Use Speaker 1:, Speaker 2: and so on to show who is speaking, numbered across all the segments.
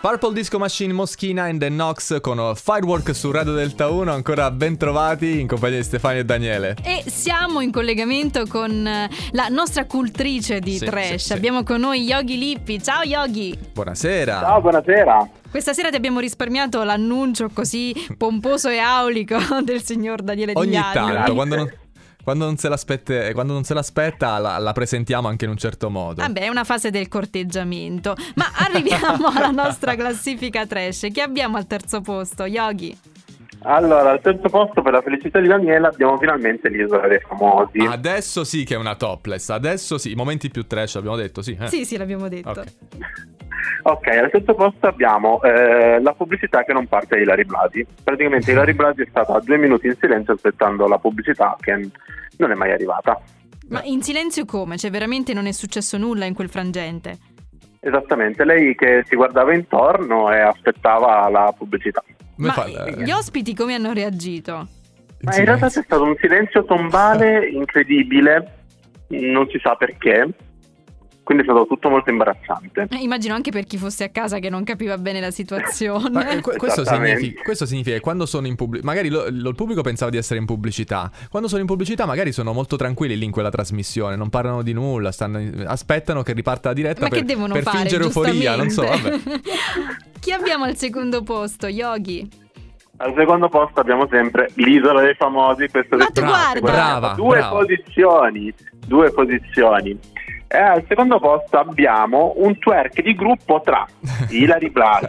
Speaker 1: Purple Disco Machine, Moschina and the Nox con Firework su Radio Delta 1, ancora ben trovati in compagnia di Stefania e Daniele.
Speaker 2: E siamo in collegamento con eh, la nostra cultrice di
Speaker 1: Sì,
Speaker 2: trash.
Speaker 1: sì, sì.
Speaker 2: Abbiamo con noi Yogi Lippi. Ciao Yogi!
Speaker 1: Buonasera.
Speaker 3: Ciao, buonasera.
Speaker 2: Questa sera ti abbiamo risparmiato l'annuncio così pomposo e aulico del signor Daniele
Speaker 1: Ogni
Speaker 2: Di Biagio.
Speaker 1: tanto,
Speaker 3: Grazie.
Speaker 1: quando non, quando non se l'aspette- quando non se l'aspetta la, la presentiamo anche in un certo modo.
Speaker 2: Vabbè, è una fase del corteggiamento. Ma arriviamo alla nostra classifica trash. Che abbiamo al terzo posto, Yogi?
Speaker 3: Allora, al terzo posto per la felicità di Daniela abbiamo finalmente l'isola dei famosi.
Speaker 1: Ah. Adesso sì che è una topless, adesso sì, i momenti più trash abbiamo detto, sì. eh.
Speaker 2: Sì, sì, l'abbiamo detto.
Speaker 1: Ok.
Speaker 3: Ok, al terzo posto abbiamo eh, la pubblicità che non parte di Ilari Blasi. Praticamente Ilari Blasi è stata due minuti in silenzio aspettando la pubblicità che non è mai arrivata.
Speaker 1: Eh.
Speaker 2: Ma in silenzio come? Cioè, veramente non è successo nulla in quel frangente.
Speaker 3: Esattamente, lei che si guardava intorno e aspettava la pubblicità.
Speaker 1: Come
Speaker 2: Ma
Speaker 1: fa-
Speaker 2: gli ospiti come hanno reagito?
Speaker 3: Ma in realtà c'è stato un silenzio tombale incredibile, non si sa perché, quindi è stato tutto molto imbarazzante.
Speaker 2: Eh, Immagino anche per chi fosse a casa che non capiva bene la
Speaker 1: Ma,
Speaker 2: situazione.
Speaker 1: eh, que- questo,
Speaker 3: Esattamente.
Speaker 1: significa, questo significa che quando sono in pubblico, magari lo- lo- il pubblico pensava di essere in pubblicità, quando sono in pubblicità magari sono molto tranquilli lì in quella trasmissione, non parlano di nulla, stanno in- aspettano che riparta la diretta
Speaker 2: Ma
Speaker 1: per,
Speaker 2: che devono
Speaker 1: per
Speaker 2: fare?
Speaker 1: fingere euforia, non so,
Speaker 2: giustamente?
Speaker 1: vabbè.
Speaker 2: Chi abbiamo al secondo posto, Yogi?
Speaker 3: Al secondo posto abbiamo sempre l'isola dei famosi, questo
Speaker 2: Ma
Speaker 3: del-
Speaker 2: tu
Speaker 1: Brava,
Speaker 2: guarda.
Speaker 1: brava,
Speaker 3: due
Speaker 1: brava.
Speaker 3: posizioni, due posizioni. E al secondo posto abbiamo un twerk di gruppo tra Ilari Blasi,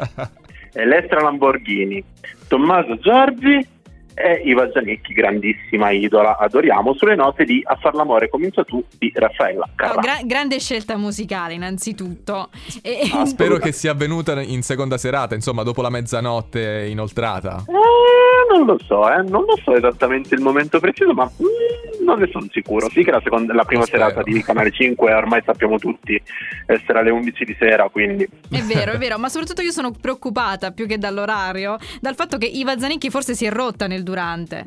Speaker 3: Elettra Lamborghini, Tommaso Giorgi e Iva Gianicchi, grandissima idola, adoriamo, sulle note di A far l'amore comincia tu di Raffaella
Speaker 2: No,
Speaker 3: Carrà.
Speaker 2: gra- grande scelta musicale, innanzitutto. E-
Speaker 3: Ah,
Speaker 1: Spero che sia avvenuta in seconda serata, insomma, dopo la mezzanotte inoltrata.
Speaker 3: Eh, non lo so, eh, non lo so esattamente il momento preciso, ma mm, non ne sono sicuro. Sì che la, seconda- la prima
Speaker 1: Lo spero.
Speaker 3: serata di Canale 5 ormai sappiamo tutti eh, essere alle 11 di sera, quindi
Speaker 2: È vero, è vero, ma soprattutto io sono preoccupata più che dall'orario, dal fatto che Iva Zanicchi forse si è rotta nel durante.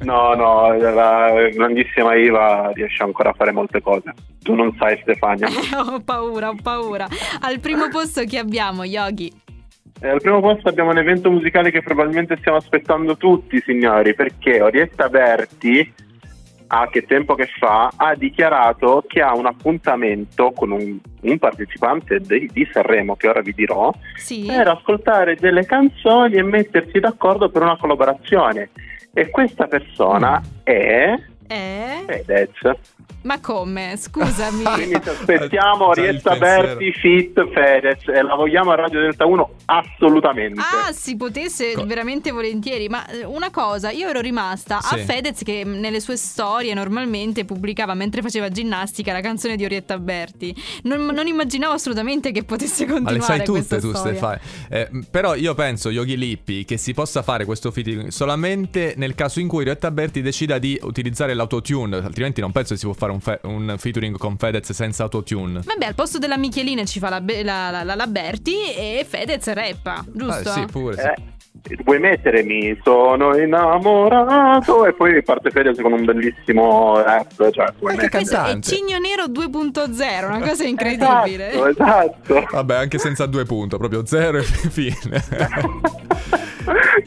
Speaker 3: no, no, la grandissima Iva riesce ancora a fare molte cose. Tu non sai Stefania.
Speaker 2: ho paura, ho paura. Al primo posto chi abbiamo, Yogi?
Speaker 3: Eh, al primo posto abbiamo un evento musicale che probabilmente stiamo aspettando tutti, signori, perché Orietta Berti, a che tempo che fa, ha dichiarato che ha un appuntamento con un, un partecipante di, di Sanremo, che ora vi dirò,
Speaker 2: Sì.
Speaker 3: per ascoltare delle canzoni e mettersi d'accordo per una collaborazione. E questa persona
Speaker 1: Mm.
Speaker 3: è
Speaker 2: Eh?
Speaker 3: Fedez.
Speaker 2: Ma come? Scusami.
Speaker 3: Quindi ci aspettiamo
Speaker 1: Già il
Speaker 3: Orietta
Speaker 1: pensiero.
Speaker 3: Berti, Fit, Fedez e la vogliamo a Radio Delta 1 assolutamente.
Speaker 2: Ah, si potesse
Speaker 1: Co-
Speaker 2: veramente volentieri, ma eh, una cosa, io ero rimasta
Speaker 1: Sì.
Speaker 2: a Fedez che mm, nelle sue storie normalmente pubblicava mentre faceva ginnastica la canzone di Orietta Berti. Non, non immaginavo assolutamente che potesse
Speaker 1: Ma
Speaker 2: continuare
Speaker 1: le sai
Speaker 2: questa
Speaker 1: tutte tu,
Speaker 2: storia.
Speaker 1: Stefano. Eh, m, però io penso, Yogi Lippi, che si possa fare questo featuring solamente nel caso in cui Rietta Berti decida di utilizzare l'autotune, altrimenti non penso che si può fare un, fe- un featuring con Fedez senza autotune.
Speaker 2: Vabbè, al posto della Michelina ci fa la, Be- la- la- la- la Berti e Fedez rappa, giusto?
Speaker 1: Ah, sì, pure. sì.
Speaker 3: Eh, vuoi mettere mi sono innamorato e poi parte Fedez con un bellissimo rap. Cioè, vuoi
Speaker 1: Ma che
Speaker 3: mettere-
Speaker 2: Questo è
Speaker 1: Pesante.
Speaker 2: Cigno Nero 2.0, una cosa incredibile.
Speaker 3: Esatto, esatto.
Speaker 1: Vabbè, anche senza due punti, proprio zero e fine.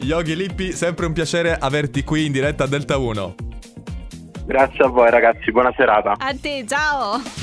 Speaker 1: Yogi Lippi, sempre un piacere averti qui in diretta a Delta 1.
Speaker 3: Grazie a voi ragazzi, buona serata.
Speaker 2: A te, ciao!